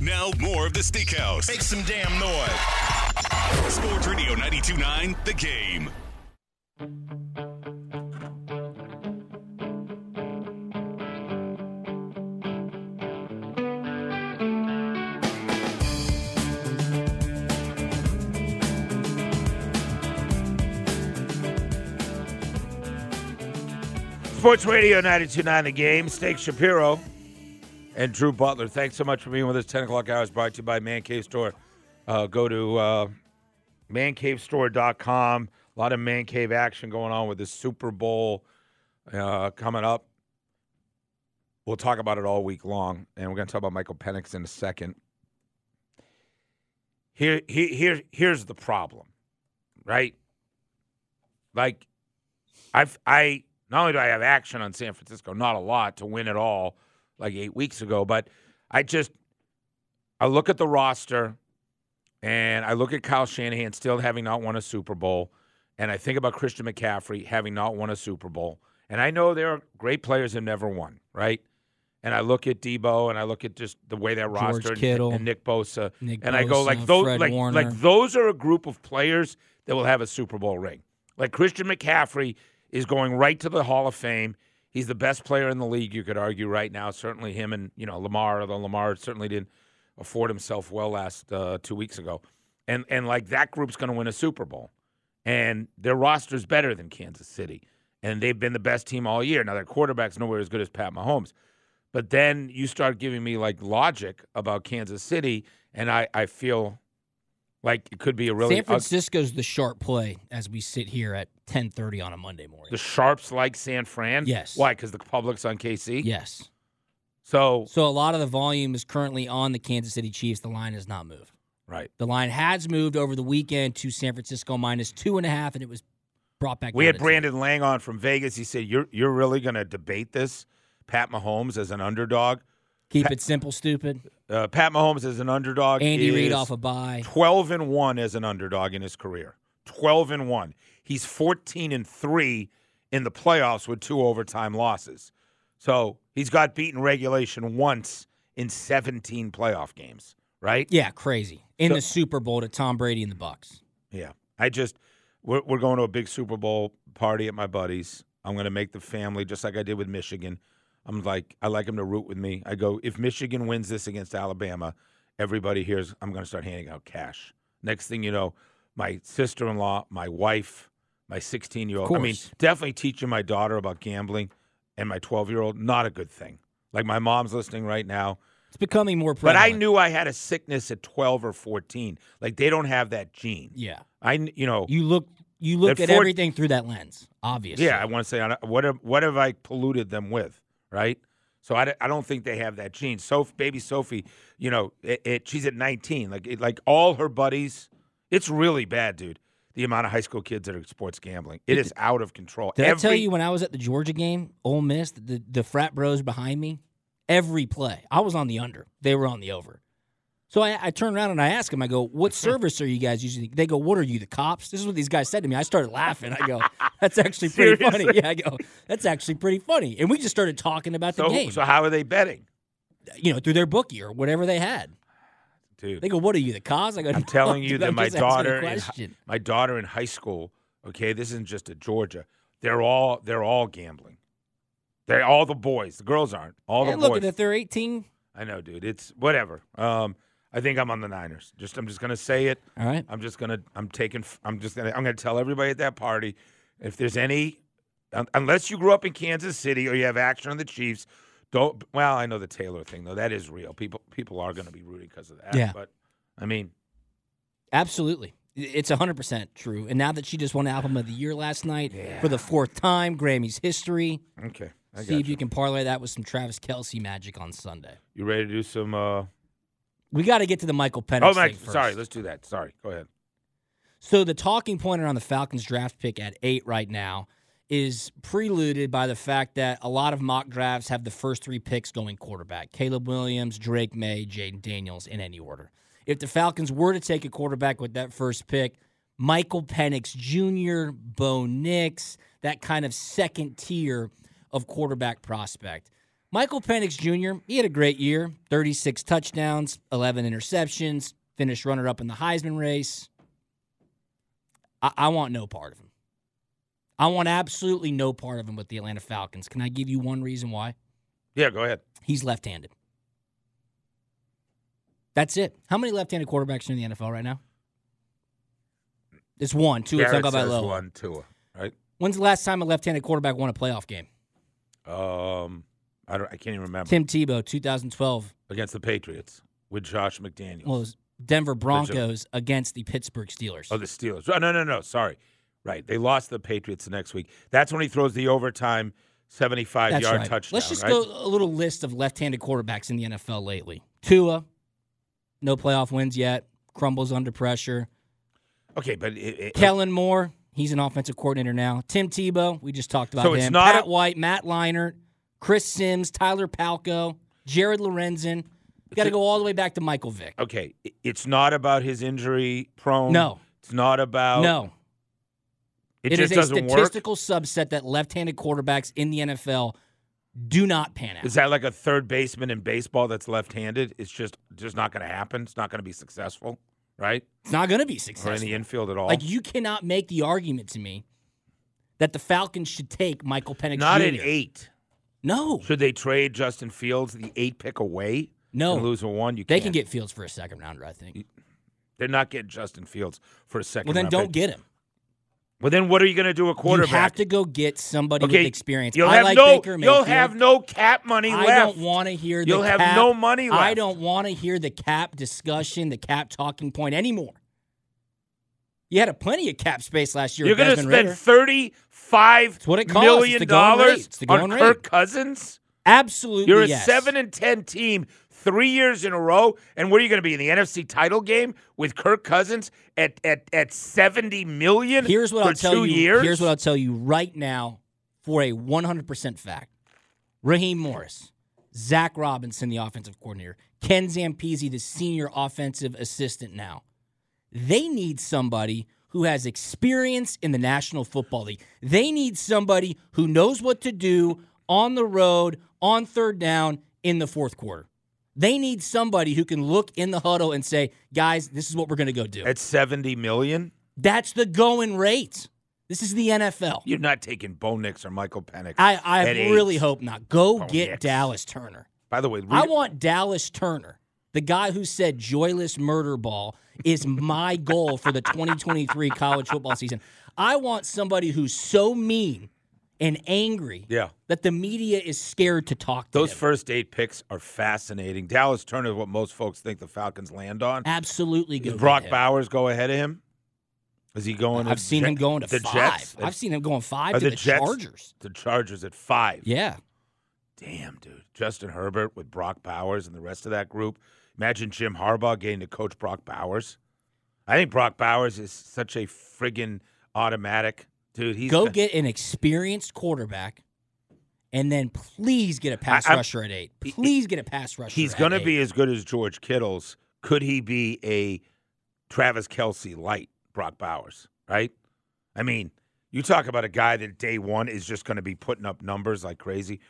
Now, more of the Steakhouse. Make some damn noise. Sports Radio 929, The Game. Sports Radio 929 The Game, Steak Shapiro and Drew Butler. Thanks so much for being with us. 10 o'clock hours brought to you by Man Cave Store. Uh, go to uh, mancavestore.com. A lot of Man Cave action going on with the Super Bowl uh, coming up. We'll talk about it all week long, and we're going to talk about Michael Penix in a second. Here, here, here, here's the problem, right? Like, I've I not only do I have action on San Francisco, not a lot to win at all, like eight weeks ago, but I just I look at the roster and I look at Kyle Shanahan still having not won a Super Bowl, and I think about Christian McCaffrey having not won a Super Bowl. And I know there are great players who never won, right? And I look at Debo and I look at just the way that roster and- Kittle. and Nick Bosa Nick and I go Bosa, like those uh, Fred like Warner. like those are a group of players that will have a Super Bowl ring. Like Christian McCaffrey is going right to the Hall of Fame. He's the best player in the league, you could argue right now. Certainly him and you know Lamar, although Lamar certainly didn't afford himself well last uh, two weeks ago. And and like that group's going to win a Super Bowl, and their roster's better than Kansas City, and they've been the best team all year. Now their quarterback's nowhere as good as Pat Mahomes. But then you start giving me like logic about Kansas City, and I, I feel like it could be a really uh, San ug- Francisco's the sharp play as we sit here at 10:30 on a Monday morning. the sharps like San Fran. Yes. Why? Because the public's on KC. yes. So So a lot of the volume is currently on the Kansas City Chiefs. The line has not moved. right. The line has moved over the weekend to San Francisco minus two and a half, and it was brought back. We down had to Brandon Lang on from Vegas. He said, "You're you're really going to debate this, Pat Mahomes as an underdog. Keep it simple, stupid. Uh, Pat Mahomes as an underdog. Andy is Reid off a bye. 12 and 1 as an underdog in his career. 12 and 1. He's 14 and 3 in the playoffs with two overtime losses. So, he's got beaten regulation once in 17 playoff games, right? Yeah, crazy. In So- the Super Bowl to Tom Brady and the Bucks. Yeah. I just we're we're going to a big Super Bowl party at my buddies. I'm going to make the family just like I did with Michigan. I'm like I like them to root with me. I go if Michigan wins this against Alabama, everybody here's I'm going to start handing out cash. Next thing you know, my sister-in-law, my wife, my 16-year-old. I mean, Course. definitely teaching my daughter about gambling and my 12-year-old not a good thing. Like my mom's listening right now. It's becoming more. But I prevalent. knew I had a sickness at 12 or 14. Like they don't have that gene. Yeah, I kn- you know, you look. You look At at, four- everything through that lens. Obviously. Yeah, I want to say, I don't- what have, what have I polluted them with, right? So I, d- I don't think they have that gene. So baby Sophie, you know, it, it, she's at 19. Like it, like all her buddies, it's really bad, dude. The amount of high school kids that are sports gambling, it is out of control. Did Every, I tell you when I was at the Georgia game, Ole Miss, the, the frat bros behind me, every play, I was on the under. They were on the over. So I, I turned around and I asked them, I go, what service are you guys using? They go, what are you, the cops? This is what these guys said to me. I started laughing. I go, that's actually pretty funny. Yeah, I go, that's actually pretty funny. And we just started talking about the so, game, so how are they betting, you know, through their bookie or whatever they had. dude? They go, what are you, the cops? I go, I'm telling you that my daughter, in, hi- question. my daughter in high school. Okay, this isn't just at Georgia. They're all they're all gambling. They're all the boys. The girls aren't. All the and boys. look, if they're 18, I know, dude. It's whatever. Um, I think I'm on the Niners. Just I'm just gonna say it. all right. I'm just gonna I'm taking I'm just gonna I'm gonna tell everybody at that party if there's any un- unless you grew up in Kansas City or you have action on the Chiefs. Don't well, I know the Taylor thing though. That is real. People people are gonna be rooting because of that. Yeah. But I mean, Absolutely. It's 100% true. And now that she just won Album of the Year last night for the fourth time, Grammy's history. okay. I See got if you. you can parlay that with some Travis Kelsey magic on Sunday. You ready to do some? Uh, We got to get to the Michael Penix. oh my! thing first. Sorry, let's do that. Sorry, go ahead. So the talking point around the Falcons draft pick at eight right now is preluded by the fact that a lot of mock drafts have the first three picks going quarterback: Caleb Williams, Drake May, Jaden Daniels, in any order. If the Falcons were to take a quarterback with that first pick, Michael Penix Jr., Bo Nix, that kind of second tier of quarterback prospect. Michael Penix Jr., he had a great year 36 touchdowns, 11 interceptions, finished runner up in the Heisman race. I-, I want no part of him. I want absolutely no part of him with the Atlanta Falcons. Can I give you one reason why? Yeah, go ahead. He's left handed. That's it. How many left handed quarterbacks are in the NFL right now? It's one, two, Garrett talk about says low. one, Tua, right? When's the last time a left handed quarterback won a playoff game? Um, I don't. I can't even remember Tim Tebow, 2012. against the Patriots with Josh McDaniels. Well, it was Denver Broncos against the Pittsburgh Steelers. Oh, the Steelers. Oh, no, no, no. Sorry. Right. They lost the Patriots the next week. That's when he throws the overtime 75 That's yard right. touchdown. Let's just right? go a little list of left-handed quarterbacks in the NFL lately. Tua, no playoff wins yet, crumbles under pressure. Uh, Okay, but it, it, Kellen Moore, he's an offensive coordinator now. Tim Tebow, we just talked about So him. it's not Pat a- White, Matt Leinart, Chris Sims, Tyler Palco, Jared Lorenzen. Got to go all the way back to Michael Vick. okay, it- it's not about his injury prone. No. It's not about no, Oh, It, it is just a doesn't work. statistical subset that left-handed quarterbacks in the NFL do not pan out. Is that like a third baseman in baseball that's left-handed? It's just just not going to happen. It's not going to be successful, right? it's not going to be Or successful. in the infield at all. Like you cannot make the argument to me that the Falcons should take Michael Penix. not Jr. at 8. No, Should they trade Justin Fields the 8 pick away? no. And lose a 1, you they can't. can get Fields for a second rounder, I think. They're not getting Justin Fields for a second Well, then round don't pick. get him. Well, then what are you going to do with You quarterback? have to go get somebody with experience. You'll I have like no. Baker Mayfield. you'll have no cap money I left. don't want to hear. The You'll have cap- no money I left. don't want to hear the cap discussion, the cap talking point anymore. You had a plenty of cap space last year. You're going to spend thirty-five what it costs. million It's the going rate. dollars It's the on going Kirk rate. Cousins. absolutely. You're a yes. seven and ten team three years in a row, and what are you going to be in the NFC title game with Kirk Cousins at at, at seventy million? Here's what for I'll tell two you. Years? Here's what I'll tell you right now for a 100% fact. Raheem Morris, Zach Robinson, the offensive coordinator, Ken Zampezi, the senior offensive assistant now. They need somebody who has experience in the National Football League. They need somebody who knows what to do on the road, on third down, in the fourth quarter. They need somebody who can look in the huddle and say, guys, this is what we're going to go do. at seventy million. That's the going rate. This is the NFL. You're not taking Bo Nix or Michael Penix. I, I at eight. really hope not. Go Oh, get yes. Dallas Turner. By the way, read, I want Dallas Turner, the guy who said joyless murder ball is my goal for the 2023 college football season. I want somebody who's so mean and angry yeah. that the media is scared to talk to Those him. first eight picks are fascinating. Dallas Turner is what most folks think the Falcons land on. Absolutely Does good. Brock Bowers go ahead of him? Is he going? I've to seen Jet- him going to the five. Jets? I've seen him going five Are to the the Jets- Chargers. the Chargers at five. Yeah. Damn, dude. Justin Herbert with Brock Bowers and the rest of that group. Imagine Jim Harbaugh getting to coach Brock Bowers. I think Brock Bowers is such a friggin' automatic dude. He's go the- get an experienced quarterback, and then please get a pass I'm- rusher at eight. He- he- Please get a pass rusher. He's at going to eight. be as good as George Kittle's. Could he be a Travis Kelsey light, Brock Bowers, right? I mean, you talk about a guy that day one is just going to be putting up numbers like crazy.